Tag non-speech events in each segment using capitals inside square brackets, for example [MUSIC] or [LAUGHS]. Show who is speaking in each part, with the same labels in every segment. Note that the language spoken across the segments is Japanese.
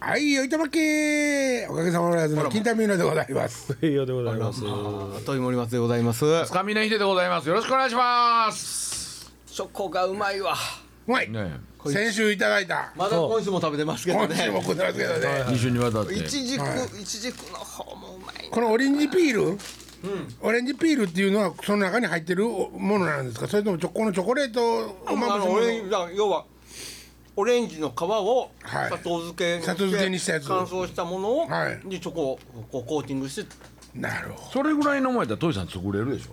Speaker 1: はい、おいたまけおかげさまでの金田美奈でございます。
Speaker 2: いやでございます。
Speaker 3: 鳥森松でございます。
Speaker 4: つかみのひででございます。よろしくお願いします。
Speaker 3: チョコがうまいわ。
Speaker 1: うまい、
Speaker 4: ね
Speaker 1: 先週いただいた。
Speaker 3: まだ今週も食べてますけど
Speaker 1: 今週
Speaker 3: ね
Speaker 1: も。食ってますけどね。
Speaker 4: え、二週にわたって。
Speaker 3: いちじく
Speaker 1: はい、
Speaker 3: いちじくの方もうまい。
Speaker 1: このオレンジピール、オレンジピールっていうのはその中に入ってるものなんですかそれともチョコのチョコレートを
Speaker 3: あ
Speaker 1: まぶしたも
Speaker 3: の
Speaker 1: の
Speaker 3: オレンジだから要はオレンジの皮を
Speaker 1: はい
Speaker 3: 砂糖漬けにして
Speaker 1: 砂糖漬けにしたやつ
Speaker 3: 乾燥したものを
Speaker 1: はい
Speaker 3: にチョコをこうコーティングして。
Speaker 1: なるほ
Speaker 4: それぐらいの前だったら、トイさん作れるでしょ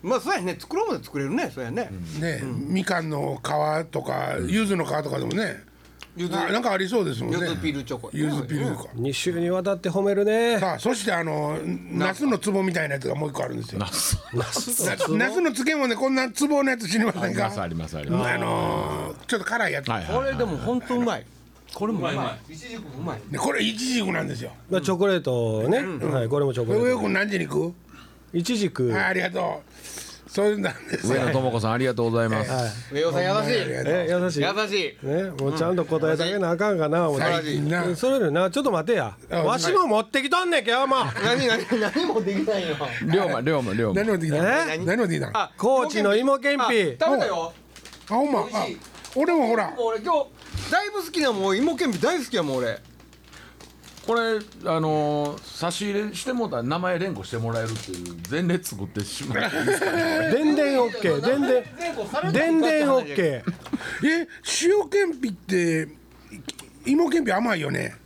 Speaker 3: まあそうやね作ろうまで作れるねそうやね。
Speaker 1: どね、みかんの皮とか柚子の皮とかでもね、
Speaker 3: ゆず
Speaker 1: あなんかありそうですもんね
Speaker 3: ゆずピールチョコ。
Speaker 1: 柚子ピールとか、
Speaker 2: 二週にわたって褒めるね。
Speaker 1: さあそしてあの夏の壺みたいなやつがもう一個あるんですよ
Speaker 4: ナス。
Speaker 1: 夏の漬物でこんな壺のやつ知りません
Speaker 4: ナスあ
Speaker 1: か
Speaker 4: ります、あります。
Speaker 1: あのーちょっと辛いやつ、
Speaker 4: はい、
Speaker 3: こ
Speaker 4: はい。
Speaker 3: れでも本当うまい。これもうまい。いちじくもうまい。
Speaker 1: でこれイチジクなんですよ
Speaker 2: まあチョコレートね。はいこれもチョコ
Speaker 1: これ
Speaker 2: レ
Speaker 1: 上
Speaker 2: ー
Speaker 1: 尾
Speaker 2: ト。
Speaker 1: 君何時に行く、
Speaker 2: いちじく
Speaker 1: あありがとうそうなんです
Speaker 4: 上野
Speaker 1: よ
Speaker 4: 智子さん、ありがとうございます。
Speaker 3: 上尾さん優しい。優
Speaker 2: え優しい。
Speaker 3: しい。
Speaker 2: ねもうちゃんと答えてあげなあかんかな思っ
Speaker 1: 最近な
Speaker 2: て。それよりなちょっと待てや。
Speaker 1: あ
Speaker 2: わしも持ってきとんねんけどもう。
Speaker 3: 何何何もできないよ。
Speaker 4: 龍馬、龍馬、龍馬
Speaker 1: 何。持ってきた
Speaker 2: え
Speaker 1: 何持ってきたあ
Speaker 3: あ
Speaker 2: 高知の芋けん
Speaker 3: あ
Speaker 2: ぴ。
Speaker 3: 食べたよ。
Speaker 1: ほんまあ
Speaker 3: 美味しい
Speaker 1: 俺もほら
Speaker 3: もう俺今日だいぶ好きなもう芋けんぴ大好きやもう俺。
Speaker 4: これ、あのー、差し入れしてもうたら、名前連呼してもらえるっていう、前列作ってしまう。
Speaker 2: 全然オッケー。全然全然オッケー。
Speaker 1: え塩けんぴってい芋けんぴ甘いよね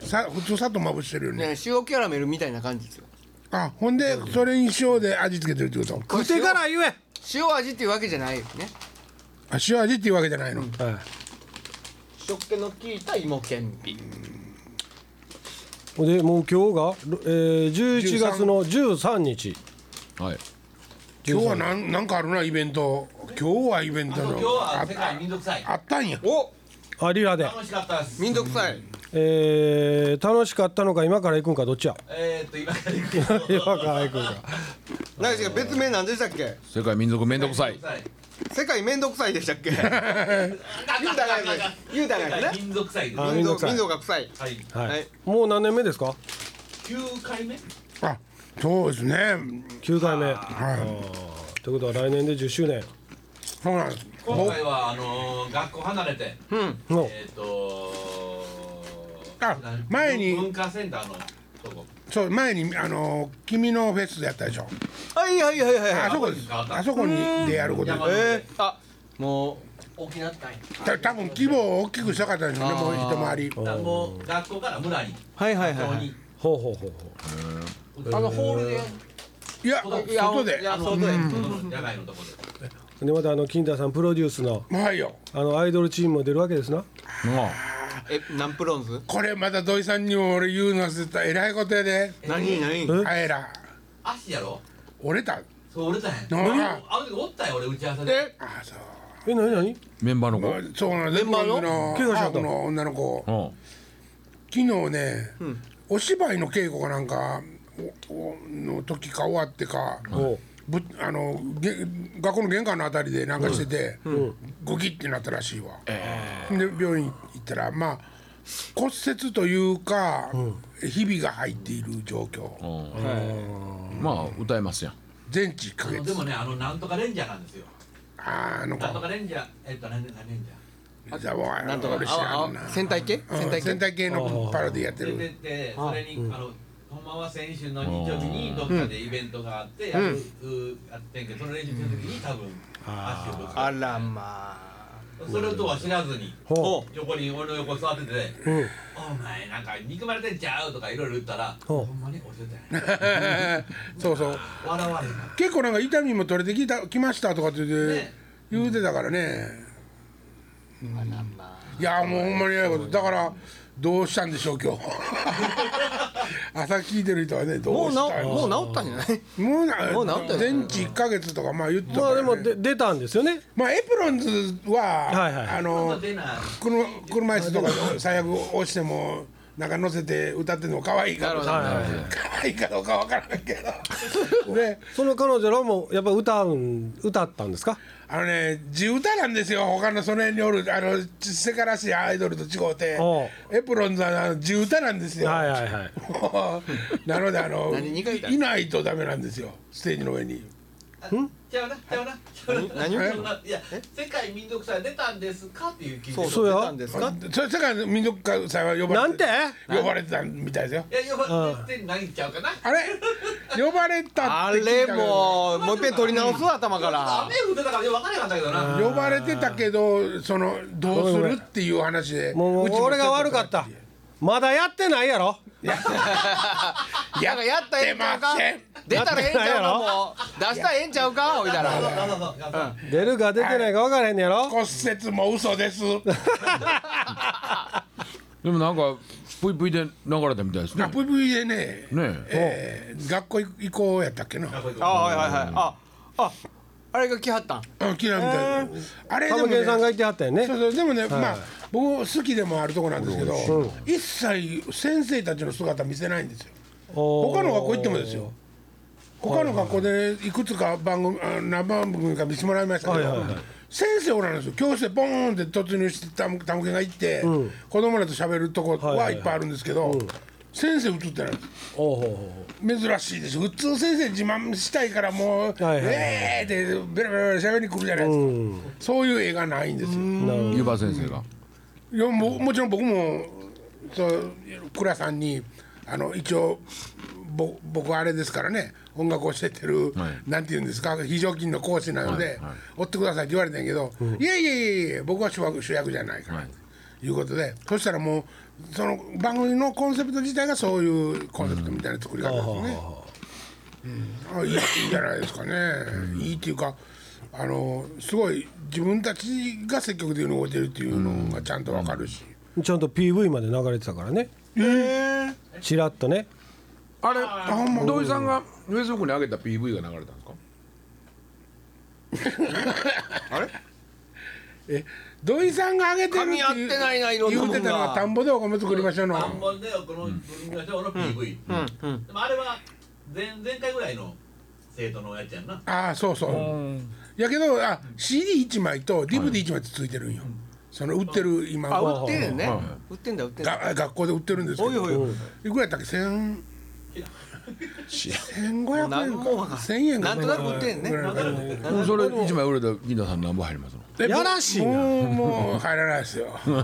Speaker 1: さ普通砂糖まぶしてるよね
Speaker 3: ね塩キャラメルみたいな感じですよ
Speaker 1: あほんでそれに塩で味付けてるってこと
Speaker 2: 食ってから言え。
Speaker 3: 塩味っていうわけじゃないよね
Speaker 1: あ塩味っていうわけじゃないの、
Speaker 2: は
Speaker 3: 塩気の効いた芋けんぴ
Speaker 2: い。でもう今日がえー11月の13日。
Speaker 4: はい。
Speaker 1: 今日はなんなんかあるなイベント今日はイベントのあ
Speaker 5: 界民族祭
Speaker 1: あったんや
Speaker 3: お
Speaker 2: アリラで。
Speaker 5: 楽しかったです
Speaker 3: めんどくさい
Speaker 2: えー、楽しかったのか今から行くんかどっちや [LAUGHS]
Speaker 5: えーっと今から行く
Speaker 2: 今から行くんか
Speaker 3: 何でしたっけ別名何でしたっけ
Speaker 4: 世界民族めんどくさい。
Speaker 3: 世界めんどくさいでしたっけ [LAUGHS] 言うたらあかんやつ言うたらあかんやつね
Speaker 5: 民族祭です
Speaker 2: あ
Speaker 3: 民
Speaker 2: 民族
Speaker 3: 族
Speaker 2: 祭
Speaker 3: 民族が臭い
Speaker 5: はい
Speaker 2: はい、
Speaker 3: はい
Speaker 2: もう何年目ですか
Speaker 5: 9回目
Speaker 1: あそうですね
Speaker 2: 9回目
Speaker 1: はい
Speaker 2: ということは来年で10周年
Speaker 1: そうなんです
Speaker 5: 今回はあのー学校離れて
Speaker 2: の
Speaker 5: えーっと
Speaker 1: あ前に
Speaker 5: 文化センターのとこ
Speaker 1: そう前にあの君のフェスでやったでしょ
Speaker 3: はいはいはいはい
Speaker 1: あ
Speaker 3: はい
Speaker 1: そこですあそこにでやることで
Speaker 5: 山の
Speaker 3: え
Speaker 5: 上
Speaker 3: ー、あもう大きなったん
Speaker 1: た多分規模を大きくしたかったんでしょうねもう一回り
Speaker 5: だからもう学校から村に
Speaker 3: はいはい
Speaker 5: 学
Speaker 3: はいは
Speaker 5: 校
Speaker 3: い
Speaker 5: に
Speaker 2: ほうほうほうほ
Speaker 3: あのホールで
Speaker 1: いや
Speaker 3: いや
Speaker 1: 外で
Speaker 3: いや外で
Speaker 5: 野外のとこで
Speaker 2: うでまたあの金田さんプロデュースの
Speaker 1: はいよ
Speaker 2: あのアイドルチームも出るわけですな
Speaker 4: も
Speaker 3: え何プロンズ
Speaker 1: これまた土井さんにも俺言うの忘れたえらいことやで
Speaker 3: 何何
Speaker 2: え
Speaker 1: あえら
Speaker 5: 足やろ
Speaker 1: 折れた
Speaker 5: そう俺だね
Speaker 1: 何
Speaker 5: あの時おったよ俺打ち合わせで
Speaker 3: え
Speaker 1: あそう
Speaker 2: え何何
Speaker 4: う、メンバーの
Speaker 1: まあ
Speaker 4: 子。
Speaker 1: そうなんです
Speaker 3: メンバーの
Speaker 1: の
Speaker 2: 怪我しちゃ
Speaker 1: ハ
Speaker 2: った
Speaker 1: ーフの女の子
Speaker 4: うん。
Speaker 1: 昨日ね、お芝居の稽古かなんかおおの時か終わってか、
Speaker 2: おう
Speaker 1: ぶあのげ学校の玄関のあたりでなんかしてて、ゴキってなったらしいわ、で病院行ったらまあ骨折というか、ひびが入っている状況
Speaker 4: まあ、歌えますやん。
Speaker 1: 全治1ヶ
Speaker 5: で
Speaker 1: 月
Speaker 5: もねあのなんとかレンジャーなんですよ
Speaker 1: あーあの子
Speaker 5: なんとかレンジャーえっと何レンジャー
Speaker 1: じゃあもうあ
Speaker 3: なんと
Speaker 1: の
Speaker 3: か
Speaker 1: 俺知
Speaker 3: あ
Speaker 1: ら
Speaker 3: あ
Speaker 1: んな
Speaker 3: 戦隊系戦隊系
Speaker 1: 戦隊系のパロディやって
Speaker 5: 連れ
Speaker 1: る
Speaker 5: てってそれにあのほんまは先週の日曜日にどっかでイベントがあってやるうやってんけどその練習の時に多分足をぶつ
Speaker 3: あ
Speaker 5: かる
Speaker 3: らま
Speaker 5: それとは知らずに
Speaker 3: あ
Speaker 2: ほ
Speaker 5: 横に俺の横座ってて
Speaker 2: ううん
Speaker 5: 「お前なんか憎まれてんちゃう?」とかいろいろ言ったら「
Speaker 2: ほう
Speaker 5: ほんまに教えてない
Speaker 1: [LAUGHS] そうそう
Speaker 5: 笑われた
Speaker 1: 結構なんか痛みも取れてきたきましたとかって言って、
Speaker 5: ね
Speaker 1: 言うてたからね、
Speaker 3: あらま
Speaker 1: いやもうほんまにやいことだからどうしたんでしょう今日 [LAUGHS] 朝聞いてる人はね
Speaker 3: あ
Speaker 1: ど
Speaker 3: も
Speaker 1: う
Speaker 3: う
Speaker 1: した
Speaker 3: なも
Speaker 1: ん
Speaker 3: う治ったんじゃない
Speaker 1: もうな
Speaker 3: もう治ったよ
Speaker 1: 全治1か月とかまあ言ってた
Speaker 2: ま
Speaker 1: から、
Speaker 2: あで
Speaker 1: ね、まあ
Speaker 2: もで出たんですよね
Speaker 1: エプロンズは、
Speaker 2: いはい
Speaker 1: あ
Speaker 5: そんな
Speaker 1: の
Speaker 5: 出ない
Speaker 1: 車車椅子とか最悪押してもなんか乗せて歌ってんの可愛いかどう
Speaker 3: な
Speaker 1: か可愛いかどうかわからんけどで
Speaker 2: その彼女らもやっぱ歌うん歌ったんですか
Speaker 1: あのね地歌なんですよ他のその辺におるあのせからしいアイドルと違うて
Speaker 2: おう
Speaker 1: エプロンさんあの地歌なんですよ、
Speaker 2: はいはいはい。
Speaker 1: [LAUGHS] なのであの
Speaker 3: 何苦いだ
Speaker 1: いないとダメなんですよステージの上に
Speaker 5: ちゃうなちゃうなちゃうな
Speaker 3: 何何を
Speaker 5: そんないや世界民族祭出たんですかっていう気持ち
Speaker 2: そうや
Speaker 3: 出たんですか
Speaker 1: それ世界の民族歌祭は呼ばれて
Speaker 2: なんて
Speaker 1: 呼ばれてたみたいですよ
Speaker 5: いや呼ばれてないんちゃうかな
Speaker 1: あれ
Speaker 2: [LAUGHS]
Speaker 1: 呼ばれた
Speaker 3: あ
Speaker 1: って聞いたけ
Speaker 3: れ
Speaker 1: ど
Speaker 3: もうもう一遍取り直すわ頭か
Speaker 5: ダ
Speaker 3: ら
Speaker 5: メ降ってたからよく分からなかったけどな
Speaker 1: 呼ばれてたけどそのどうするっていう話で
Speaker 2: もう
Speaker 1: ちも
Speaker 2: 俺が悪かった。まだやってないやろ。
Speaker 1: や
Speaker 3: なんかやったらええんちゃ
Speaker 1: 出ま
Speaker 3: うか
Speaker 1: せん
Speaker 3: 出たらええんちゃう
Speaker 2: や
Speaker 3: か
Speaker 2: ろ
Speaker 3: もう出したらええんちゃうかおいたら
Speaker 5: そうそうそうそうそう
Speaker 2: 出るか出てないか分からへんのやろ。
Speaker 1: 骨折も嘘
Speaker 2: [LAUGHS]
Speaker 1: です
Speaker 4: でもなんかぷいぷいで流れたみたいですね
Speaker 1: な。プイプイでね
Speaker 4: ね
Speaker 1: え
Speaker 4: え。
Speaker 1: ー学校行こうやったっけな
Speaker 5: 学校行こう
Speaker 3: あはいはいはいあああれが来はったん
Speaker 1: うん嫌いみたいなあれで
Speaker 2: サ
Speaker 1: も
Speaker 2: ムケンさんが
Speaker 1: ね
Speaker 2: 言ってはったよ
Speaker 1: そう
Speaker 2: ね。
Speaker 1: そうでもねまあ僕好きでもあるとこなんですけど一切先生たちの姿見せないんですよ他
Speaker 2: 他
Speaker 1: の学校行ってもですよ他の学校でいくつか番組あ何番組か見せてもらいましたけど、
Speaker 2: はいはいはい
Speaker 1: 先生おらんですよ教室でボーンって突入してたむたむけが行って、子供らと喋るとこ
Speaker 2: はいは
Speaker 1: はい
Speaker 2: はい
Speaker 1: いっぱいあるんですけど、先生映ってないんです
Speaker 2: おうほうほ
Speaker 1: 珍しいでしょ普通先生自慢したいからもう「
Speaker 2: はいはいはい
Speaker 1: ええー!」ってベラベラベラ喋りに来るじゃないですか、そういう絵がないんですよ
Speaker 4: 湯葉先生が。
Speaker 1: いやももちろん僕もそう倉さんにあの一応ぼ僕はあれですからね音楽を教えてる、
Speaker 4: はい
Speaker 1: なんて言うんですか非常勤の講師なので、
Speaker 4: はいはい
Speaker 1: 追ってくださいって言われたんやけど、いやいやいやいや僕は主役主役じゃないから、
Speaker 4: はい
Speaker 1: い、うことでそしたらもうその番組のコンセプト自体がそういうコンセプトみたいな作り方ですね。うんあいいいいんじゃないですかね、いいっていうかあのすごい自分たちが積極的に動いてるっていうのがちゃんとわかるし、
Speaker 2: う。ちゃんと PV まで流れてたからね。チラッとね。
Speaker 4: あれ
Speaker 1: ほんま
Speaker 4: 土井さんがフェイスブックに上げた PV が流れたんですか。
Speaker 1: 土井さんが上げてる
Speaker 3: 噛み合ってないないろんなもん
Speaker 1: 言う
Speaker 3: が
Speaker 1: てたのは田んぼでお米作りましょうの
Speaker 5: 田んぼでこの文化賞の PV、でもあれは前前回ぐらいの生徒のやつやんな
Speaker 1: ああそうそう、やけどあ CD1 枚と DVD1 枚ついてるんよ、その売ってる今
Speaker 3: あ売
Speaker 1: は
Speaker 3: ってんねんね
Speaker 4: はい
Speaker 3: 売ってんだ売ってんだ
Speaker 1: が学校で売ってるんですけ
Speaker 3: おい
Speaker 1: ど
Speaker 3: おいおい
Speaker 1: いくらやったっけ千千五百円
Speaker 3: もう何もわか
Speaker 1: から
Speaker 3: ん
Speaker 1: 千円か
Speaker 3: なんとなく売ってんね
Speaker 1: ぐらいかな
Speaker 4: もうそれ一枚売れた銀田さん何本入りますの。
Speaker 1: で
Speaker 2: やらしいな
Speaker 1: もうもう入らないですよ
Speaker 3: [LAUGHS]
Speaker 1: ま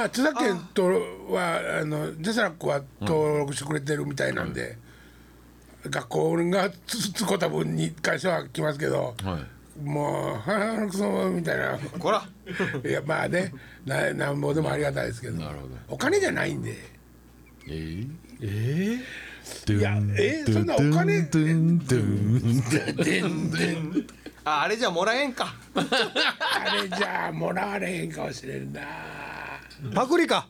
Speaker 1: あ著作権とはあのジェスラックは登録してくれてるみたいなんで、学校がつつこた分に会社は来ますけど、
Speaker 4: はい。
Speaker 1: もう「はあクソ」みたいな
Speaker 3: こら
Speaker 1: いやまあねななんぼでもありがたいですけど
Speaker 4: なるほど
Speaker 1: お金じゃないんで
Speaker 4: えー
Speaker 2: え
Speaker 1: いやえそんなお金って
Speaker 3: ああれじゃもらえんか
Speaker 1: あれじゃあもらわれへんかもしれんな
Speaker 2: え。パクリか。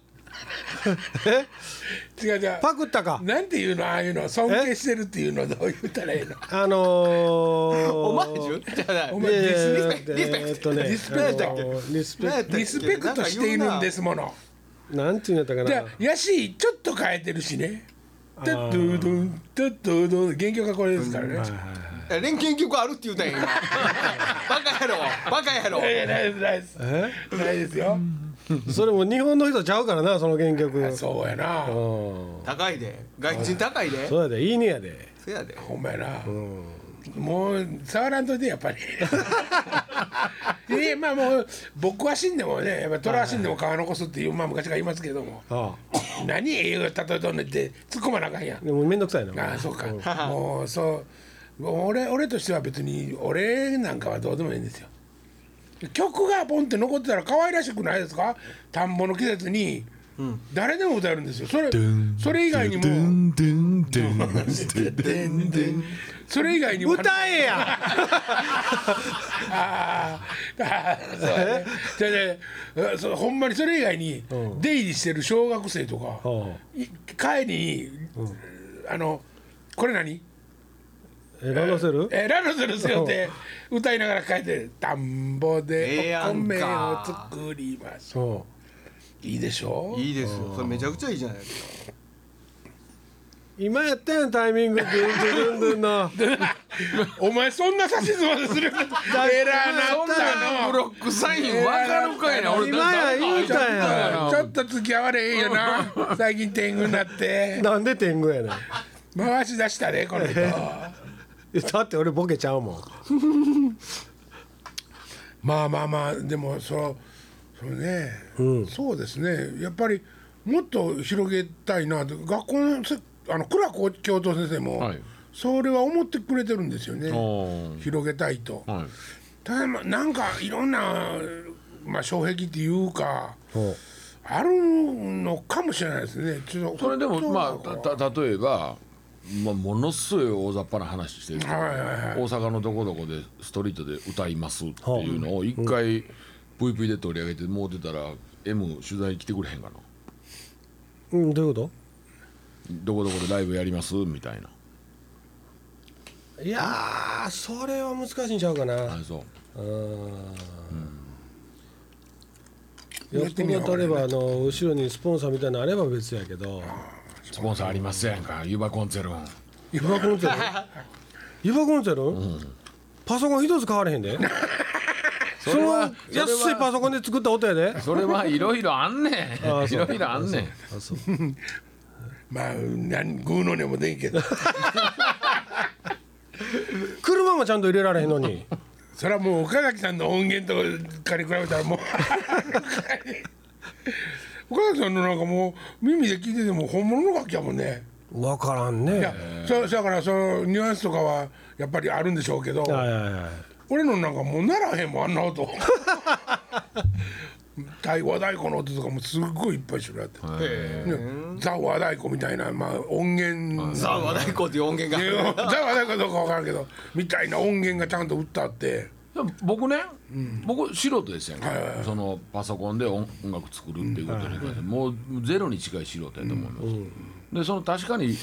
Speaker 2: え
Speaker 1: 違う違う
Speaker 2: パクったか。
Speaker 1: なんていうのああいうの尊敬してるっていうのどう言ったらいいの
Speaker 2: あのー。
Speaker 3: オマージュじゃない
Speaker 1: お
Speaker 2: い
Speaker 1: 前
Speaker 2: やい
Speaker 1: リスペ
Speaker 2: やいやえっとね
Speaker 1: リスペクト
Speaker 2: あのーリスペ
Speaker 3: 何やっ
Speaker 2: ク
Speaker 3: たっけ
Speaker 1: リスペクトしているんですもの
Speaker 2: トなんていうんやったか
Speaker 1: じゃ
Speaker 2: な
Speaker 1: あやしちょっと変えてるしねタッドゥドゥンタッドゥドゥン原曲がこれですからね
Speaker 3: いや連携曲あるって言うたんや今 [LAUGHS] バカやろバカやろ
Speaker 1: いやないですないです
Speaker 2: え
Speaker 1: ないですよ
Speaker 2: それも日本の人ちゃうからなその原曲うん
Speaker 1: そうやな
Speaker 3: 高いで外人高いで
Speaker 2: そうやでいいねやで
Speaker 3: そやで
Speaker 1: ほんまやなもう触らんといてやっぱりいやまあもう僕は死んでもねやっぱ虎は死んでも皮残すっていうまあ昔から言いますけども
Speaker 2: あ
Speaker 1: 何栄養例えとんねんって突っ込まなあかんやん
Speaker 2: あでもめんどくさいな
Speaker 1: ああそうか、もうそうもう俺俺としては別に俺なんかはどうでもいいんですよ曲がポンって残ってたら可愛らしくないですか田んぼの季節に誰でも歌えるんですよそれそれ以外にもそれ以外にも
Speaker 2: 歌えや
Speaker 1: あーあー [LAUGHS] そうやねじゃあねうんそうほんまにそれ以外に出入りしてる小学生とか
Speaker 2: う
Speaker 1: い帰りにあのこれ何
Speaker 2: えランドセル
Speaker 1: えーランドセル背負って歌いながら帰って「田んぼでお米を作りましょ」
Speaker 2: そう
Speaker 1: いいでしょう
Speaker 3: いいですよそれめちゃくちゃいいじゃないですか
Speaker 2: 今やったやんタイミングドゥンドゥンドゥンドゥンの
Speaker 1: お前そんな指しま [LAUGHS] でするえら
Speaker 4: そん
Speaker 1: なった
Speaker 4: な
Speaker 1: の
Speaker 4: ブロックサイン分かるかいな俺
Speaker 2: 今や言うたや
Speaker 4: な
Speaker 1: ちょっと付き合われへんよな最近天狗になって
Speaker 2: んなんで天狗やねんい
Speaker 1: 回し出したねこの人
Speaker 2: やだって俺ボケちゃうもん
Speaker 1: まあまあまあでもそのそのね、そうですねやっぱりもっと広げたいなと学校のせあの倉子教頭先生も、
Speaker 4: はい
Speaker 1: それは思ってくれてるんですよね
Speaker 4: おー
Speaker 1: 広げたいと。
Speaker 4: はい
Speaker 1: ただまあなんかいろんな、まあ、障壁っていうか
Speaker 2: ほ
Speaker 1: あるのかもしれないですね。ちょっと
Speaker 4: それでも
Speaker 1: 本当
Speaker 4: ま
Speaker 1: は
Speaker 4: あた例えば、まあ、ものすごい大雑把な話してる人、
Speaker 1: はいはいはい
Speaker 4: 大阪のどこどこでストリートで歌いますっていうのを一回プイプイで取り上げてもうてたら M 取材来てくれへんかな
Speaker 2: ううんどういうこ
Speaker 4: どこどこでライブやりますみたいな
Speaker 2: といやーそれは難しいんちゃうかな
Speaker 4: あそう
Speaker 2: うん
Speaker 1: や
Speaker 2: よ
Speaker 1: っ
Speaker 2: ってぽ
Speaker 1: みよう
Speaker 2: ど例えばあの後ろにスポンサーみたいなのあれば別やけど
Speaker 4: スポンサーありませんかユバコンツェルン
Speaker 2: 湯葉コンツェル湯葉コンツェル、パソコン一つ買われへん
Speaker 4: [LAUGHS]
Speaker 2: でそ
Speaker 4: れ
Speaker 2: の
Speaker 4: は
Speaker 2: 安いパソコンで作った音やで
Speaker 4: それはいろいろあんね
Speaker 2: あ
Speaker 4: んい
Speaker 2: そう
Speaker 4: ろいろあんねん
Speaker 2: あそう
Speaker 1: まあなんグーの音もでんけど [LAUGHS]
Speaker 2: 車もちゃんと入れられへんのに
Speaker 1: それはもう岡崎さんの音源とかに比べたらもう [LAUGHS] 岡崎さんのなんかもう耳で聞いてても本物の楽器やもんね。
Speaker 2: 分からん
Speaker 1: いや
Speaker 2: ね
Speaker 1: そそやからそのニュアンスとかはやっぱりあるんでしょうけど
Speaker 2: はいはいはい
Speaker 1: 俺のなんかもうならへんもんあんな [LAUGHS] 音太和太鼓の音とかもすっごいいっぱい種類あって。
Speaker 3: え
Speaker 1: ねザ・和太鼓みたいな、まあ、音 [LAUGHS] 源
Speaker 3: ーさあ和太鼓っていう音源
Speaker 1: い
Speaker 3: が
Speaker 1: やザ・和太鼓かどうか分からんけどみたいな音源がちゃんと打ってあって
Speaker 4: でも僕ね、僕素人ですやんか、そのパソコンで音音楽作るっていうことに関して、もうゼロに近い素人やと思います、でその確かに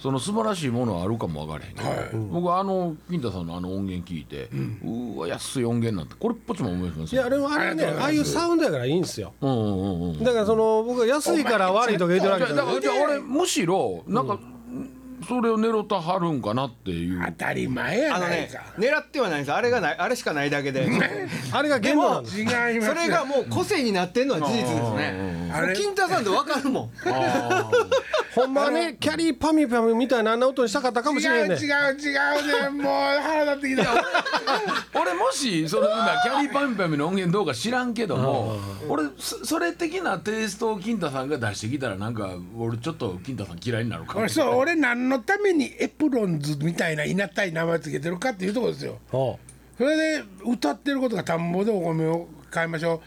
Speaker 4: その素晴らしいものはあるかも分からへんけど、僕はあの金太さんのあの音源聞いて、うーわ安い音源なんてこれっぽっちも思います
Speaker 2: いやあれもあ
Speaker 1: あ
Speaker 2: れ
Speaker 1: りが
Speaker 2: ね
Speaker 1: とうございます
Speaker 2: ああいうサウンドやからいいんですよ
Speaker 4: うんうんうんうん
Speaker 2: だからその僕は安いから悪いとか言ってるわ
Speaker 4: じ
Speaker 2: け
Speaker 4: ゃあ
Speaker 2: じゃな
Speaker 4: だか
Speaker 2: い
Speaker 4: らじゃあ俺むしろなんか、それを狙ったはるんかなっていう
Speaker 1: 当たり前や
Speaker 3: あの
Speaker 1: ない
Speaker 3: ね
Speaker 1: か、
Speaker 3: 狙ってはないんですあれがないあれしかないだ
Speaker 1: [LAUGHS]
Speaker 3: けで
Speaker 2: あれが言語なんです
Speaker 1: 違いますよ
Speaker 3: それがもう個性になってんのは事実ですね
Speaker 1: あれ
Speaker 3: 金太さんと分かるもん
Speaker 2: ほんまはねキャリーパミュパミュみたいなあんな音にしたかったかもし
Speaker 1: 違
Speaker 2: れん
Speaker 1: う
Speaker 2: ね
Speaker 1: 違う違うねもう腹立ってきた
Speaker 4: 俺もしその今キャリーパンパミの音源どうか知らんけども俺そそれ的なテイストを金太さんが出してきたらなんか俺ちょっと金太さん嫌いになるかも
Speaker 1: 俺そう俺何のためにエプロンズみたいないなったい名前つけてるかっていうところですよ
Speaker 2: おう
Speaker 1: それで歌ってることが田んぼでお米を買いましょう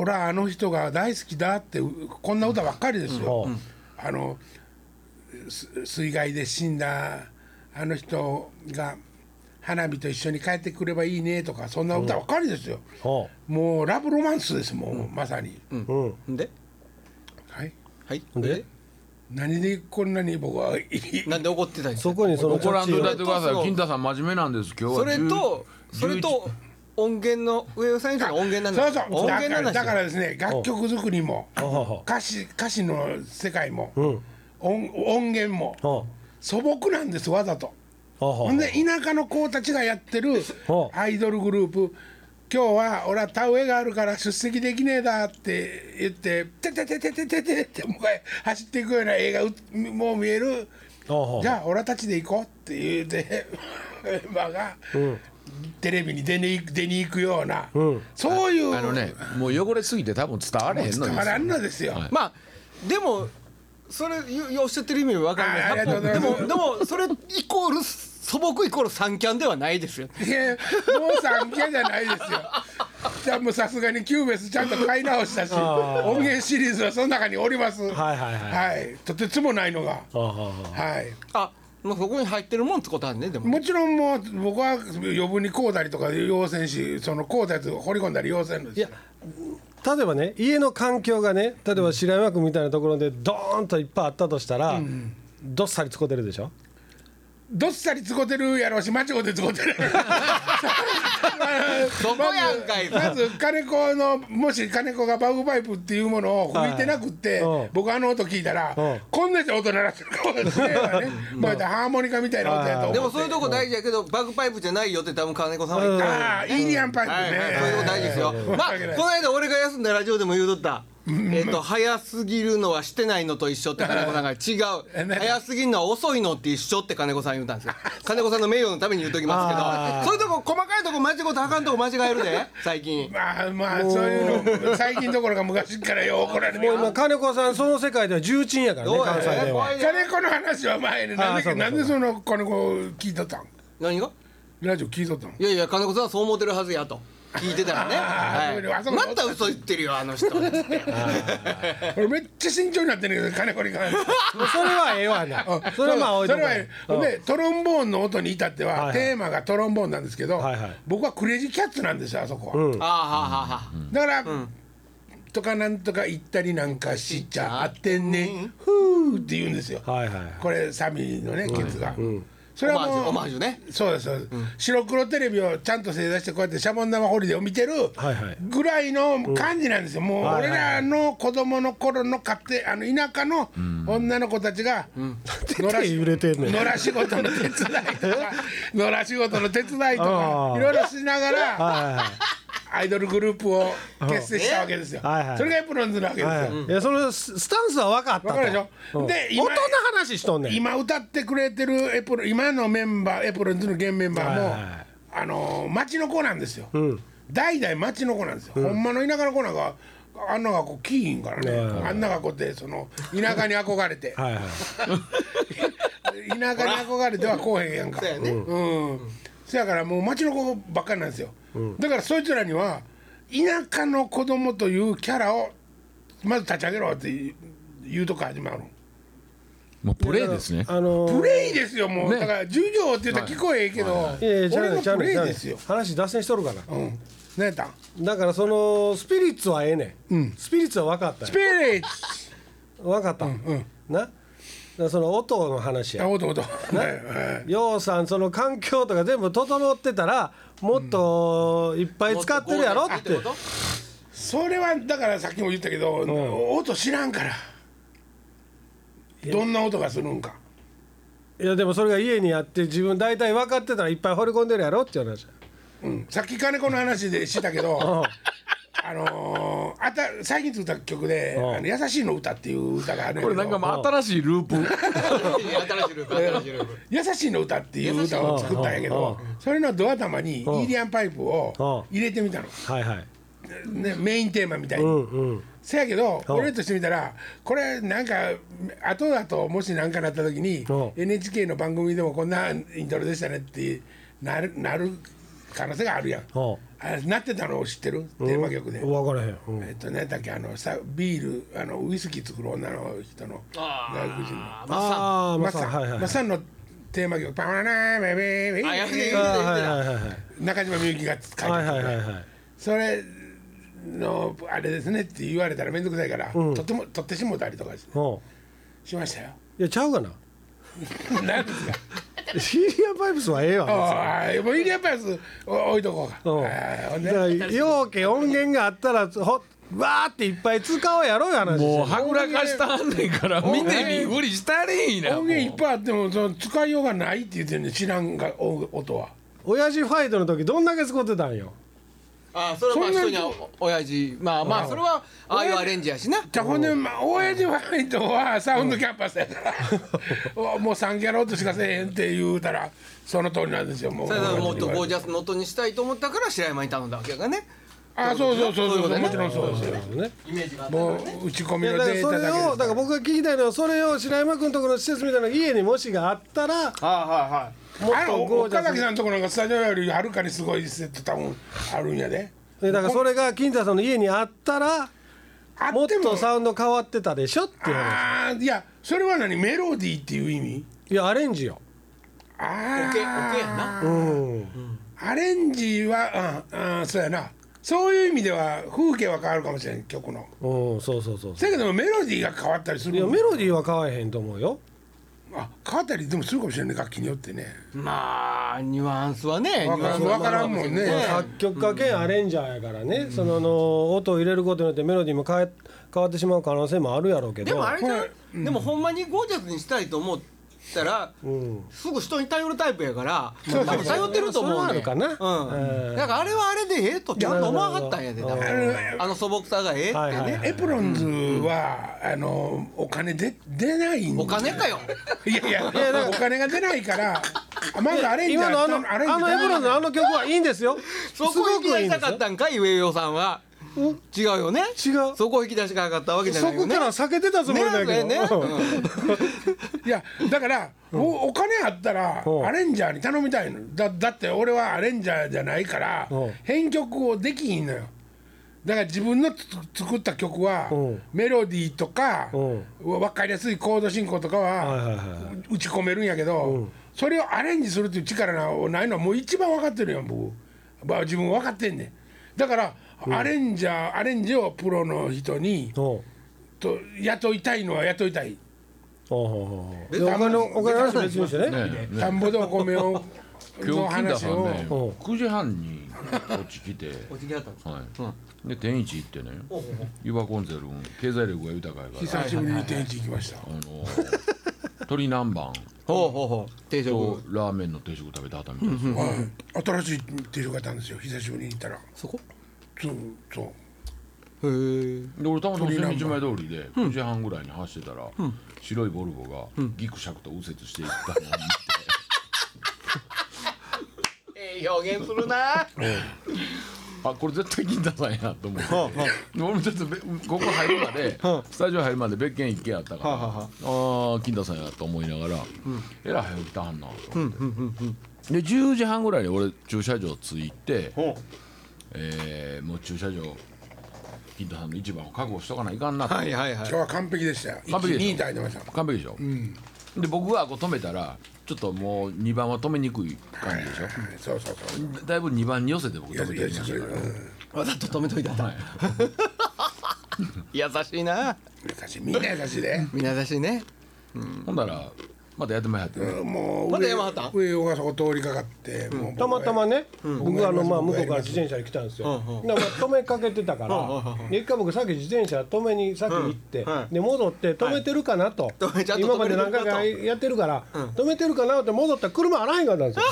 Speaker 1: 俺はあの人が大好きだってうこんな歌ばっかりですよ、
Speaker 2: うんうん
Speaker 1: あのす水害で死んだあの人が花火と一緒に帰ってくればいいねとかそんな歌ばっかりですよ、
Speaker 2: おう
Speaker 1: もうラブロマンスですもう、まさに、
Speaker 2: う
Speaker 1: [LAUGHS]
Speaker 2: ん
Speaker 3: で
Speaker 1: はい
Speaker 3: はい
Speaker 2: で
Speaker 1: 何でこんなに僕はいい
Speaker 3: なんで怒ってたんですか
Speaker 2: そこにその
Speaker 4: 怒らんといたってくださ
Speaker 3: そ
Speaker 4: いう金太さん真面目なんです今日は
Speaker 3: それと
Speaker 4: 10
Speaker 3: それと音源の上尾さん以上の音源なん
Speaker 1: そ
Speaker 3: で
Speaker 1: う
Speaker 3: す
Speaker 1: そう
Speaker 3: 音
Speaker 1: だ
Speaker 3: 源
Speaker 1: から
Speaker 3: なんです
Speaker 1: だからですね楽曲作りも
Speaker 2: あはは
Speaker 1: 歌詞歌詞の世界も、
Speaker 2: うん
Speaker 1: 音音源も
Speaker 2: おう
Speaker 1: 素朴なんですわざと。
Speaker 2: おうおう
Speaker 1: ほんで田舎の子たちがやってる
Speaker 2: ほう
Speaker 1: アイドルグループ今日は俺は田植えがあるから出席できねえだって言って「ててててててて」ってもう一回走っていくような映画うもう見える
Speaker 2: おうおう
Speaker 1: じゃあ俺たちで行こうって言うて [LAUGHS] メンバーがテレビに出に出に行くような、
Speaker 2: うん
Speaker 1: そういう
Speaker 4: あのねもう汚れすぎて多分伝われへんのですよ
Speaker 1: 変わらんのですよ。
Speaker 4: はい
Speaker 3: まあでもそれゆおっしゃってる意味は分か
Speaker 1: あありが
Speaker 3: る
Speaker 1: とうござい
Speaker 3: で
Speaker 1: ます
Speaker 3: もでもそれイコール素朴イコール三キャンではないですよ
Speaker 1: いやもう三家じゃないですよ。じゃあもうさすがにキューベスちゃんと買い直したし
Speaker 2: ー
Speaker 1: 音源シリーズはその中におります。
Speaker 2: はいはいはい
Speaker 1: はい、とてつもないのが。
Speaker 2: おうおうおう
Speaker 1: はい、
Speaker 3: あもうそこに入ってるもんってことはねでも
Speaker 1: もちろんもう僕は余分にこうだりとか要せんしそのこうだやつ掘り込んだり要せんのですよ
Speaker 2: 例えばね家の環境がね例えば白山区みたいなところでドーンといっぱいあったとしたら、どっさり使ってるでしょ
Speaker 1: どっさりつこてるやろうし間違うてつこてる
Speaker 3: [LAUGHS]
Speaker 1: [LAUGHS]
Speaker 3: そこやんかい
Speaker 1: まず金子のもし金子がバグパイプっていうものを吹いてなくって、
Speaker 2: はいうん
Speaker 1: 僕あの音聞いたら、
Speaker 2: うん
Speaker 1: こんな人音鳴らしてるかもしれないね、まあ、ハーモニカみたいな音やと思って
Speaker 3: でもそういうとこ大事やけどバグパイプじゃないよって多分金子さんは言ったよ
Speaker 1: ああイーリアンパイプね、
Speaker 3: はいはい、そういうとこ大事ですよ。まあ、
Speaker 1: 申し訳ない
Speaker 3: この間俺が休んだラジオでも言うとった。えっと、早すぎるのはしてないのと一緒って金子さんが違
Speaker 1: え
Speaker 3: う。
Speaker 1: ね
Speaker 3: 早すぎるのは遅いのって一緒って金子さん言うたんですよ。金子さんの名誉のために言うときますけど、そういうとこ細かいとこ間違うとあかんとこ間違えるで、最近。
Speaker 1: まあまあそういうの最近どころか昔からよう怒られて
Speaker 2: もう
Speaker 1: る
Speaker 2: 今金子さんその世界では重鎮やからね
Speaker 3: どう
Speaker 2: 関西
Speaker 3: や
Speaker 2: で
Speaker 1: [LAUGHS]
Speaker 2: は
Speaker 3: ね怖い
Speaker 1: 金
Speaker 3: ね。
Speaker 1: 子の話は前になん
Speaker 2: ああ
Speaker 1: で
Speaker 2: そうか
Speaker 1: なんでその金子聞いとったん
Speaker 3: 何が
Speaker 1: ラジオ聞いとったん
Speaker 3: いやいや、金子さんはそう思ってるはずやと。聞いてたらね。
Speaker 1: あー
Speaker 3: はいまた嘘言ってるよ、あの人。
Speaker 1: 俺めっちゃ慎重になってんねんけど金子に関して
Speaker 2: それはええわな
Speaker 1: うん
Speaker 2: それはまあ置いと
Speaker 1: それ
Speaker 2: こ
Speaker 1: はええほん
Speaker 2: う
Speaker 1: でトロンボーンの音に至って
Speaker 2: はいは
Speaker 1: はいテーマがトロンボーンなんですけど、
Speaker 2: はいはい
Speaker 1: 僕はクレイジーキャッツなんですよあそこは、
Speaker 2: うん
Speaker 3: ああ、はあ、はあ。
Speaker 1: だから、とかなんとか行ったりなんかしちゃってね、ふーって言うんですよ、
Speaker 2: はいはい
Speaker 1: これサミのねケツが、それ
Speaker 3: オ
Speaker 1: は
Speaker 3: マージュ、オ
Speaker 1: も
Speaker 3: マ
Speaker 1: う
Speaker 3: ージュね。
Speaker 1: そうですそうです、白黒テレビをちゃんと正座してこうやってシャボン玉ホリデーを見てる
Speaker 2: はいはい
Speaker 1: ぐらいの感じなんですよ、もう
Speaker 2: はいは
Speaker 1: 俺
Speaker 2: いはい
Speaker 1: らの子供の頃の家庭あの田舎の女の子たちが [LAUGHS] 野良
Speaker 2: 手
Speaker 1: し
Speaker 2: 揺れてんね
Speaker 1: [LAUGHS]
Speaker 2: ん
Speaker 1: 野良仕事の手伝いとか野良仕事の手伝いとか
Speaker 2: あー
Speaker 1: いろいろしながら
Speaker 2: はいはい
Speaker 1: アイドルグループを結成したわけですよ、
Speaker 2: えはいはい
Speaker 1: それがエプロンズなわけですよ、わ
Speaker 2: はいいやそのススタンスは分かったと
Speaker 1: かるでしょ、
Speaker 2: うん
Speaker 1: で
Speaker 2: 大人話しとんねん
Speaker 1: 今歌ってくれてるエプロン今のメンバーエプロンズの現メンバーも、
Speaker 2: はいはい
Speaker 1: あのー町の子なんですよ、
Speaker 2: ん
Speaker 1: 代々町の子なんですよ、ほんまの田舎の子なんかあんな学校来いひんからね、
Speaker 2: はい
Speaker 1: あんな学校ってその田舎に憧れて
Speaker 2: はいはい
Speaker 1: 田舎に憧れてはこうへんやんか
Speaker 3: そうやね。
Speaker 1: うん、そやからもう町の子ばっかりなんですよ、だからそいつらには田舎の子供というキャラをまず立ち上げろっていう言うとこ始まる
Speaker 4: もうプレイですね。
Speaker 2: あのー
Speaker 1: プレイですよもう、
Speaker 4: ね
Speaker 1: だから授業って言ったら聞こえへんけど、
Speaker 2: いやいやちゃう
Speaker 1: 俺
Speaker 2: ね
Speaker 1: の
Speaker 2: んちゃう
Speaker 1: プ
Speaker 2: ねん
Speaker 1: レ
Speaker 2: ちゃ
Speaker 1: イ
Speaker 2: うね
Speaker 1: で
Speaker 2: ん
Speaker 1: すよ、
Speaker 2: 話脱線しとるから
Speaker 1: うん、何やったん
Speaker 2: だからそのスピリッツはええねん、スピリッツは分かったよ
Speaker 1: スピリッ
Speaker 2: 分かった、
Speaker 1: うん
Speaker 2: なだからその音の話
Speaker 1: ツあ
Speaker 2: や
Speaker 1: おとおと
Speaker 2: ようさんその環境とか全部整ってたらもっといっぱい使ってるやろって、
Speaker 3: もっとこう [LAUGHS]
Speaker 1: それはだからさっきも言ったけど、音知らんからどんな音がするんか
Speaker 2: いやでもそれが家にあって自分大体分かってたらいっぱい掘り込んでるやろっていう話
Speaker 1: うん、さっき金子の話でしたけど
Speaker 2: ん、
Speaker 1: あのーあた最近作った曲で「
Speaker 2: ん
Speaker 1: あの優しいの歌」っていう歌があるんや
Speaker 4: こ
Speaker 1: け
Speaker 4: れなんか
Speaker 1: ど
Speaker 4: まあ新しいループ。
Speaker 3: 新しいループ、新しいループ。
Speaker 1: 優しいの歌」っていう歌を作ったんやけどそれのドア玉にイーリアンパイプを入れてみたの、
Speaker 2: はいはい
Speaker 1: ね、メインテーマみたいうに。
Speaker 2: んうん
Speaker 1: せやけど
Speaker 2: うん
Speaker 1: 俺としてみたらこれなんか後だともし何かなった時に
Speaker 2: うん
Speaker 1: NHK の番組でもこんなイントロでしたねってなるなる可能性があるやん。
Speaker 2: うん
Speaker 1: あれなってたのを知ってるテーマ曲で。
Speaker 2: 分からへん、うん
Speaker 1: えっとねだっけあのさビールあのウイスキー作る女の人の外国人の
Speaker 2: ああ
Speaker 1: マ
Speaker 2: ま
Speaker 1: ッサ
Speaker 2: さ
Speaker 1: ン、
Speaker 2: はいはい
Speaker 1: マッサンのテーマ曲「パワナーベベ
Speaker 3: あやめて
Speaker 1: ベ
Speaker 2: あーはいはいはいはい
Speaker 1: 中島みゆきが書いて
Speaker 2: はいはいはい
Speaker 1: る
Speaker 2: はい
Speaker 1: それのあれですねって言われたら面倒くさいから、とっても取ってしもうたりとかし
Speaker 2: うん
Speaker 1: しましたよ。 [LAUGHS]
Speaker 2: いやちゃうかな
Speaker 1: 何ですか
Speaker 2: シリアンパイプスはええわ
Speaker 1: ああもうイリアンパイプスお置いとこうか。
Speaker 2: うん
Speaker 1: ああほん
Speaker 2: だ
Speaker 1: で
Speaker 2: からようけ音源があったらほわーっていっぱい使おうやろうや話
Speaker 4: もうはぐらかしたんねんから見て見ふりしたりいな。
Speaker 1: 音源いっぱいあってもその使いようがないって言ってるね知らんがお音は。
Speaker 2: 親父ファイトの時どんだけ使ってたんよ
Speaker 3: ああそれはまあ
Speaker 1: そ
Speaker 3: 人
Speaker 1: んな
Speaker 3: には親父まあまあそれはああいうアレンジやしな
Speaker 1: じゃあほんで、まあ、親父ファイトはサウンドキャンパスやから、もう3キャロットしかせえへんって言うたらその通りなんですよもう
Speaker 3: それはもっとゴージャスの音にしたいと思ったから白山に頼んだわけやからね
Speaker 1: あそうそうそうそう
Speaker 3: そういう
Speaker 1: も
Speaker 3: こ
Speaker 1: ち
Speaker 3: と
Speaker 1: ろんそうですよ
Speaker 2: ね
Speaker 5: イメージがあったから
Speaker 1: も
Speaker 5: ね
Speaker 1: う打ち込
Speaker 2: い
Speaker 1: み
Speaker 2: や
Speaker 1: の
Speaker 2: だから
Speaker 1: デー
Speaker 2: そ
Speaker 1: タ
Speaker 2: れ
Speaker 1: だけです
Speaker 2: をだから僕が聞きたいのはそれを白山君とこの施設みたいな家にもしがあったら
Speaker 3: はいはいはい
Speaker 2: もっ
Speaker 1: あの
Speaker 2: とゴージ
Speaker 1: 岡
Speaker 2: ャス
Speaker 1: 崎
Speaker 2: に
Speaker 1: さんのとこなんかスタジオよりはるかにすごいセット多分あるんやで
Speaker 2: えだからそれが金太さんの家にあったら
Speaker 1: あ
Speaker 2: もっ
Speaker 1: っても
Speaker 2: とサウンド変わってたでしょっていう話
Speaker 1: あーいやそれは何メロディーっていう意味
Speaker 2: いやアレンジよ
Speaker 1: あ
Speaker 3: オ
Speaker 1: あ
Speaker 3: ケオケやな
Speaker 2: うん
Speaker 1: アレンジはうんうんそうやなそういう意味では風景は変わるかもしれん曲の
Speaker 2: うんそうそうそうそう
Speaker 1: せやけどメロディーが変わったりする
Speaker 2: いやメロディーは変わらへんと思うよ
Speaker 1: あ変わったりでもするかもしれない楽器によってね
Speaker 3: まあニュアンスはね
Speaker 1: わ
Speaker 3: ニュアンス
Speaker 1: わ
Speaker 3: は
Speaker 1: からんもんね
Speaker 3: わからん
Speaker 2: 作曲家兼アレンジャーやからね、そのあの音を入れることによってメロディーも変え変わってしまう可能性もあるやろうけど
Speaker 3: でもあれじゃ
Speaker 1: こ
Speaker 3: ん、でもほんまにゴージャスにしたいと思ったら、
Speaker 2: ん
Speaker 3: すぐ人に頼るタイプやから
Speaker 1: そうそう
Speaker 3: 多分頼ってると思うね
Speaker 2: それ
Speaker 3: ん
Speaker 2: はあるかな
Speaker 3: う、
Speaker 2: うんん
Speaker 3: だからあれはあれでええとちゃんと思わはったんやで多
Speaker 1: あ
Speaker 3: 分
Speaker 1: れ
Speaker 3: あの素朴さがええってね、
Speaker 2: はいはい
Speaker 1: エプロンズは、あのお金で出ないんで
Speaker 3: お金かよ
Speaker 1: いやいやお金が出ないからあまずアレンジャー
Speaker 2: 今のあの
Speaker 1: アレンジャー
Speaker 2: あのエプロンのあの曲はいいんですよす
Speaker 3: そ
Speaker 2: ご
Speaker 3: こを
Speaker 2: く
Speaker 3: 引き出
Speaker 2: いい
Speaker 3: し
Speaker 2: んです
Speaker 3: たかっ
Speaker 2: よ
Speaker 3: たんかい上与さんは違うよね
Speaker 2: 違う
Speaker 3: そこを引き出したかったわけじゃ
Speaker 2: そ
Speaker 3: ないよ
Speaker 2: こ
Speaker 3: ね
Speaker 2: から避けてたつもりだけど、
Speaker 3: ねね
Speaker 1: いやだから、おお金あったら
Speaker 2: うん
Speaker 1: アレンジャーに頼みたいのだだって俺はアレンジャーじゃないから
Speaker 2: うん
Speaker 1: 編曲をできひんのよだから自分のつ作った曲は
Speaker 2: うん
Speaker 1: メロディーとか
Speaker 2: うん
Speaker 1: 分かりやすいコード進行とか
Speaker 2: はいはいは
Speaker 1: は打ち込めるんやけど
Speaker 2: ん
Speaker 1: それをアレンジするっていう力がないのはもう一番分かってるやん僕まあ自分分かってんねんだからアレンジャーアレンジをプロの人に
Speaker 2: おう
Speaker 1: と雇いたいのは雇いたい
Speaker 2: おうおうおうでお金のお金の話は別にしてね
Speaker 4: ね
Speaker 1: 田んぼでお米
Speaker 4: [LAUGHS]
Speaker 1: を
Speaker 4: 今日
Speaker 1: の
Speaker 4: 聞い
Speaker 1: 話
Speaker 4: たからね
Speaker 1: を
Speaker 2: うん
Speaker 4: 9時半にこっち来て
Speaker 3: お辞儀あったんですか
Speaker 4: はいで天一行ってね
Speaker 3: ほうほうほう
Speaker 4: 湯葉コンゼルン経済力が豊かやから
Speaker 1: 久しぶりに天一行きました
Speaker 4: あ
Speaker 3: [LAUGHS]
Speaker 4: のー鶏南蛮
Speaker 3: ほうほうほう定
Speaker 4: と
Speaker 3: 食
Speaker 4: ラーメンの定食食べてはったみたいです
Speaker 1: はい新しい定食があったんですよ久しぶりに行ったら
Speaker 3: そこ
Speaker 1: そうそう
Speaker 3: へえ
Speaker 4: で俺たまたま千日前通りで9時半ぐらいに走ってたら白いボルボがギクシャクと右折していったのを見て
Speaker 3: [LAUGHS] ええ表現する
Speaker 4: [LAUGHS]
Speaker 3: な
Speaker 4: あこれ絶対銀座さんやと思ってで俺もちょっとべここ入るまでスタジオ入るまで別件一軒やったからああ銀座さんやと思いながらえらい早起きたはんなと思ってで10時半ぐらいに俺駐車場着いてえーもう駐車場銀座さんの一番を確保しとかないかんなと
Speaker 3: はいはいは
Speaker 1: 今日は完璧でしたよ
Speaker 4: 完璧でしょ
Speaker 1: 2位台出ました
Speaker 4: 完璧でしょで僕がこう止めたらちょっともう2番は止めにくい感じでしょ
Speaker 1: はいそうそうそう
Speaker 4: だだいぶ2番に寄せて僕
Speaker 1: いや
Speaker 4: 止めて
Speaker 1: い
Speaker 4: き
Speaker 1: やそ
Speaker 4: まし
Speaker 1: れ
Speaker 4: た
Speaker 1: う
Speaker 4: か
Speaker 1: ん
Speaker 4: ら
Speaker 3: いわざと止めといたんだ
Speaker 4: はい
Speaker 3: 優しいな
Speaker 1: 優しいみんな優しいで
Speaker 3: みんな優しいね
Speaker 4: ほんだらまたやってまいはって
Speaker 1: うんもう
Speaker 3: また
Speaker 1: 上
Speaker 3: 山畑
Speaker 1: 上をそこ通りかかってもう
Speaker 2: たまたまね、僕あのまあ向
Speaker 1: 僕
Speaker 2: こ
Speaker 1: が
Speaker 2: うから自転車で来たんですよ、でまあ止めかけてたから、で一回僕さっき自転車止めに先行って、
Speaker 3: うんはい
Speaker 2: で戻って止めてるかなと、
Speaker 3: 止めちゃんと
Speaker 2: 今
Speaker 3: 止
Speaker 2: ま
Speaker 3: めて
Speaker 2: で
Speaker 3: るか
Speaker 2: 何
Speaker 3: なと
Speaker 2: 回かやってるから、止めてるかなって戻ったら車あらへんかったんですよ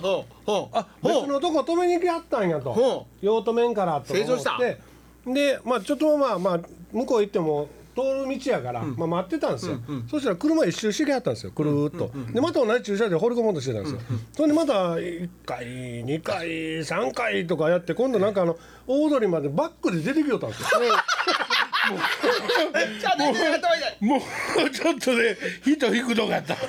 Speaker 3: ほうほうあ
Speaker 2: 別のとこ止めに行きはったんや
Speaker 3: ほ
Speaker 2: と用途面からと思
Speaker 3: 正常
Speaker 2: っ
Speaker 3: した
Speaker 2: てでまあちょっとまあまあ向こう行っても通る道やから、まあ、待ってたんですよ、そしたら車一周してきはったんですよくるーっと、でまた同じ駐車場で放り込もうとしてたんですよ、それでまた1回2回3回とかやって今度なんかあの大通りまでバックで出てきよったん [LAUGHS] ですよ
Speaker 3: ちゃんと止めてない
Speaker 1: もうちょっとで人引くとこやった
Speaker 2: あか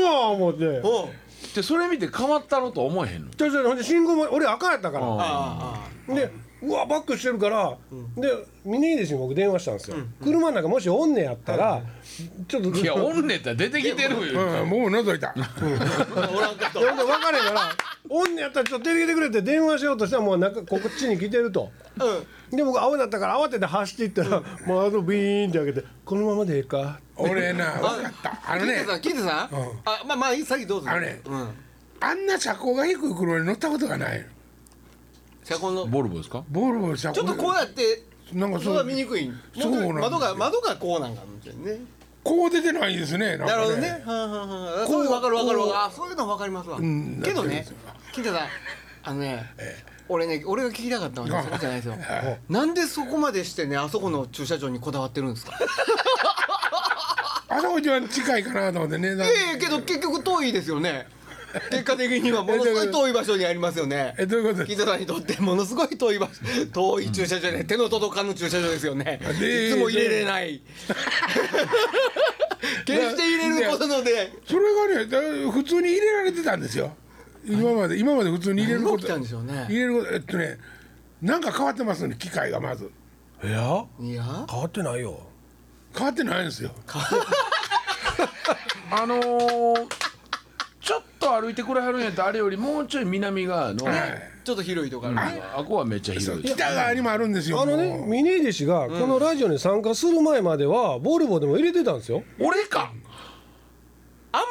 Speaker 2: んわ思って
Speaker 3: ほう
Speaker 4: でそれ見て変わったろと思えへん
Speaker 1: [LAUGHS]
Speaker 4: の
Speaker 2: ちょちょほんで信号も俺赤やったから、
Speaker 3: あ
Speaker 2: でうわバックしてるから、で峰岸に僕電話したんですよ、車の中もしおんねやったら、ちょっと
Speaker 4: いやおんねったら出てきてるよ
Speaker 1: うんもう覗いた
Speaker 3: あおらんかった
Speaker 2: でほんで別れからおんねやったらちょっと出てきてくれって電話しようとしたらもうなんかこっちに来てると。
Speaker 3: うん
Speaker 2: で僕青だったから慌てて走っていったら、もう窓ビーンって開けて「このままでええか
Speaker 1: 俺な分かったあの
Speaker 3: キ
Speaker 1: ね
Speaker 3: ッズさんキッズさんあまあまあいい先どうぞ
Speaker 1: あのね
Speaker 3: うん
Speaker 1: あんな車高が低い車に乗ったことがない
Speaker 3: 車高の
Speaker 4: ボルボですか
Speaker 1: ボルボ車
Speaker 3: ちょ
Speaker 1: 高
Speaker 3: っとこうやって
Speaker 1: なんかそう
Speaker 3: そこが見にくい
Speaker 1: そうなんですよ
Speaker 3: 窓が窓がこうなんかみたいなね
Speaker 1: こう出てないですねん
Speaker 3: な
Speaker 1: か
Speaker 3: るほどねはんはんはんそういうわかるわかるわかるあそういうのわかりますわ
Speaker 1: ん
Speaker 3: けど
Speaker 1: なっ
Speaker 3: ね
Speaker 1: てるん
Speaker 3: キッズさんあのね俺ね俺が聞きたかった [LAUGHS] のはねそこじゃないですよ
Speaker 1: はい
Speaker 3: なんでそこまでしてねあそこの駐車場にこだわってるんですか [LAUGHS]
Speaker 1: あそこ一番近いかなと思ってね。なん
Speaker 3: ええけど結局遠いですよね [LAUGHS] 結果的にはものすごい遠い場所にありますよね
Speaker 1: え、どういうことで
Speaker 3: 木
Speaker 1: す
Speaker 3: 田さんにとってものすごい遠い場 [LAUGHS] 所遠い駐車場で、手の届かぬ駐車場ですよね
Speaker 1: で
Speaker 3: いつも入れれない [LAUGHS] 決して入れることので
Speaker 1: それがね、だ普通に入れられてたんですよ。今まで、今まで普通に入れる
Speaker 3: 何が
Speaker 1: こ
Speaker 3: 起
Speaker 1: と。
Speaker 3: きたんでしょうね
Speaker 1: 入れること、えっとね、なんか変わってますね、機械がまず。」
Speaker 2: いや
Speaker 3: いや
Speaker 2: 変わってないよ
Speaker 1: 変わってないんですよ。
Speaker 4: あのーちょっと歩いてくれはるんやったらあれよりもうちょい南側の
Speaker 1: はい
Speaker 4: ち
Speaker 3: ちょっと広いとこあるけど
Speaker 4: あこはめっちゃ広いです
Speaker 1: 北側にもあるんですよ
Speaker 2: あのね
Speaker 1: もう
Speaker 2: ミニエディ氏がこのラジオに参加する前まではボルボでも入れてたんですよ
Speaker 4: 俺か
Speaker 3: 甘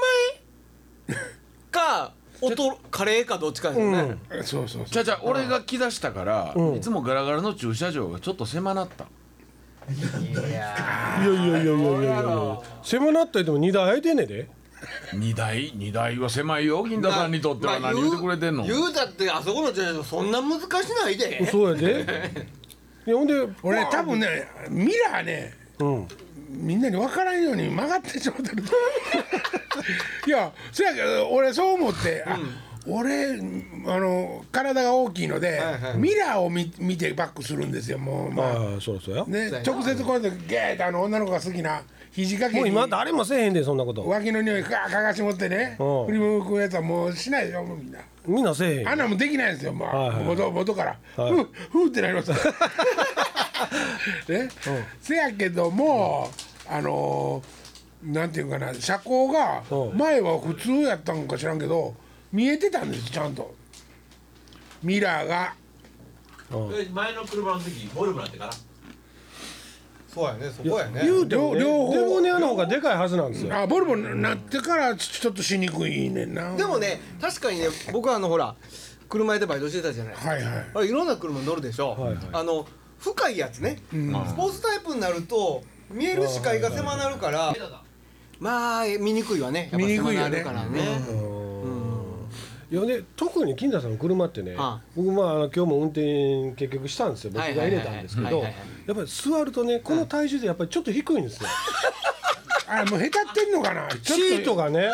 Speaker 3: いかおとカレーかどっちかですよね、
Speaker 1: そうそう
Speaker 4: ち
Speaker 1: そう
Speaker 4: ゃちゃ俺が来だしたから、いつもガラガラの駐車場がちょっと狭なった
Speaker 2: いやいやいやいやいやいや狭なったりでも2台空いてんねんで
Speaker 4: 荷台荷台は狭いよ銀田さんにとっては
Speaker 3: まあ
Speaker 4: 何言ってくれてんの、
Speaker 3: 言う言うたってあそこの駐車場そんな難しないで
Speaker 2: [LAUGHS] そうやでいやほんで
Speaker 1: 俺多分ねミラーね
Speaker 2: うん
Speaker 1: みんなに分からんように曲がってしまってる
Speaker 2: [LAUGHS]
Speaker 1: いやそやけど俺そう思って、あ俺あの体が大きいので、ミラーを見見てバックするんですよもうまあ、
Speaker 2: ああそろそろや
Speaker 1: ね直接こうやってゲーってあの女の子が好きな肘掛け
Speaker 2: もう
Speaker 1: に
Speaker 2: 今誰もせえへんでそんなこと
Speaker 1: 脇の匂いかかがし持ってね
Speaker 2: うん
Speaker 1: 振り向くやつはもうしないでしょもうみんな。
Speaker 2: みんなせえへん
Speaker 1: あんなんもできないですよ、まあ、
Speaker 2: はいはい
Speaker 1: 元元から、
Speaker 2: はい
Speaker 1: ふうふうってなりました。ね、せやけども、あのーなんていうかな、車高が
Speaker 2: うん
Speaker 1: 前は普通やったんか知らんけど、見えてたんです、ちゃんと。ミラーが、
Speaker 5: で前の車の時ボルムなんてから
Speaker 3: そうやねそこやね
Speaker 1: 言うてもね両
Speaker 2: デボ
Speaker 1: 方。
Speaker 2: ニアの方がでかいはずなんですよ
Speaker 1: あ、ボルボになってから、ちょっとしにくいねんな。
Speaker 3: でも。ね確かにね僕はあのほら車屋でバイトしてたじゃないですか
Speaker 1: はいはい。
Speaker 3: あいろんな車乗るでしょ、
Speaker 2: はいはい
Speaker 3: あの深いやつね、スポーツタイプになると見える視界が狭なるからまあ見にくいわねやっぱ
Speaker 1: 見にく
Speaker 3: 狭
Speaker 1: いよ
Speaker 3: な
Speaker 1: ね
Speaker 3: るからね
Speaker 2: いやね特に金田さんの車ってね、
Speaker 3: ああ
Speaker 2: 僕まあ今日も運転結局したんですよ僕が
Speaker 3: はいは
Speaker 2: 入
Speaker 3: いはい
Speaker 2: れ
Speaker 3: はい
Speaker 2: たんですけど
Speaker 3: はい
Speaker 2: や
Speaker 3: はいはい
Speaker 2: っぱり座るとねこの体重でやっぱりちょっと低いんですよ、
Speaker 1: あ、もうへたってんのかな。ちょっと
Speaker 2: シートがね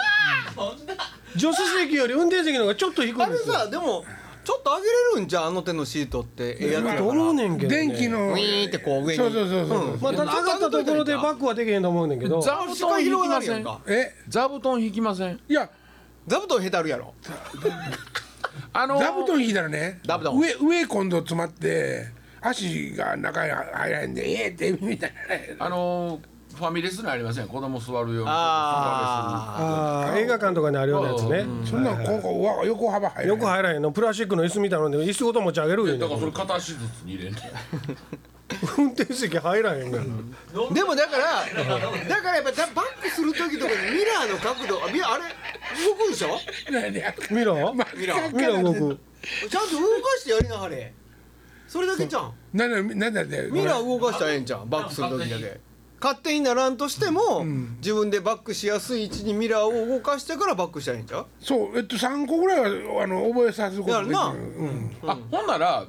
Speaker 2: 助手席より運転席の方がちょっと低いん
Speaker 3: あ
Speaker 2: で
Speaker 3: れ
Speaker 2: すよ
Speaker 3: さでもちょっと上げれるんじゃんあの手のシートってええやつだ
Speaker 1: まあ
Speaker 3: か
Speaker 2: ど
Speaker 3: ら
Speaker 2: うねんけど、ね、
Speaker 1: 電気の。
Speaker 3: ウィーンってこう上に
Speaker 1: そうそうそうそう。
Speaker 2: まあ高かったところでバックはできへんと思うねんけど
Speaker 4: 座布
Speaker 3: 視界
Speaker 4: 団引
Speaker 3: 広
Speaker 4: き
Speaker 3: が
Speaker 4: ま
Speaker 3: るや
Speaker 4: せ
Speaker 3: ん
Speaker 4: ん
Speaker 3: か
Speaker 1: え、
Speaker 4: 座布団引きません
Speaker 1: いや。
Speaker 3: 座布団へたるやろ
Speaker 4: あのー
Speaker 1: 座布団引いたらね
Speaker 3: 座布団
Speaker 1: 上上今度詰まって足が中に入らへんでええってみたいな
Speaker 4: あのーファミレスにありません子供座るような
Speaker 3: あ
Speaker 2: ああ映画館とかにあるようなやつね、
Speaker 1: そんなんここうわ横幅入らへん
Speaker 2: よく入らへんのプラスチックの椅子みたいなので椅子ごと持ち上げるよ、
Speaker 4: だから
Speaker 2: ね
Speaker 4: それ、片足ずつに入れんね
Speaker 2: 運転席入らへんから、
Speaker 3: ーでもだからだからやっぱだバックする時とかにミラーの角度あみあれ動くでしょ
Speaker 1: 何や
Speaker 2: ミラー
Speaker 1: 真っ赤
Speaker 2: ミラー動く
Speaker 3: ちゃんと動かしてやりなはれそれだけじゃん
Speaker 1: なんだなんだって
Speaker 3: ミラー動かしたらええんじゃんバックする時だけ勝手にならんとしても、自分でバックしやすい位置にミラーを動かしてからバックしたらええんちゃう
Speaker 1: そうえっと三個ぐらいはあの覚えさせることできる
Speaker 3: やる
Speaker 1: う
Speaker 3: な
Speaker 1: ん
Speaker 4: んあほんなら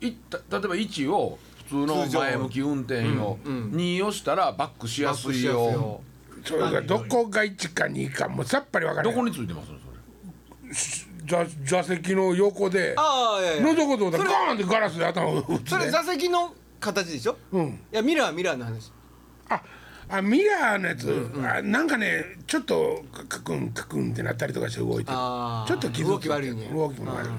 Speaker 4: いった例えば位置を普通の
Speaker 3: 通常
Speaker 4: 前向き運転を2をしたらバックしや
Speaker 3: バッ
Speaker 4: す
Speaker 3: ク
Speaker 4: い
Speaker 3: しやすい
Speaker 4: よ
Speaker 3: よ
Speaker 1: それがどこが一か二かもうさっぱりわから
Speaker 4: ど
Speaker 1: ない
Speaker 4: こについてますのそれ
Speaker 1: 座座席の横で
Speaker 3: ああいやいや
Speaker 1: 覗こうと思ったらガーンってガラスで頭を打つ
Speaker 3: それ
Speaker 1: ね
Speaker 3: 座席の形でしょ、ういやミラーはミラーの話
Speaker 1: ああミラーのやつ、あなんかねちょっとカカクンカクンってなったりとかして動いてる
Speaker 3: あー
Speaker 1: ちょっと傷つ
Speaker 3: 動き悪いね
Speaker 1: 動きも悪い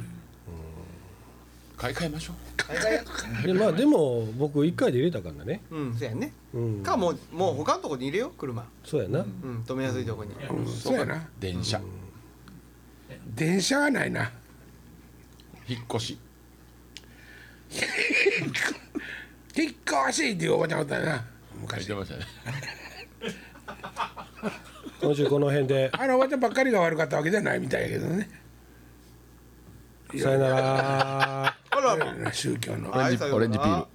Speaker 4: 買い替えましょう
Speaker 2: でまあでも僕1回で入れたからね、
Speaker 3: うんそうやね、
Speaker 2: うん、
Speaker 3: かもうもう他のとこに入れよう車、
Speaker 2: そうやな、
Speaker 3: うん、止めやすいとこに、
Speaker 1: うんそうやな
Speaker 4: 電車
Speaker 1: 電車はないな
Speaker 4: 引っ越し
Speaker 1: 結構足いっていうおばちゃんおったよな
Speaker 4: 書い
Speaker 1: 昔
Speaker 4: てましたね
Speaker 2: 今週この辺で
Speaker 1: あのおばちゃんばっかりが悪かったわけじゃないみたいやけどね
Speaker 2: さよなら
Speaker 3: あらま
Speaker 1: 宗教の
Speaker 4: オレンジ
Speaker 3: はい
Speaker 4: オレンジピール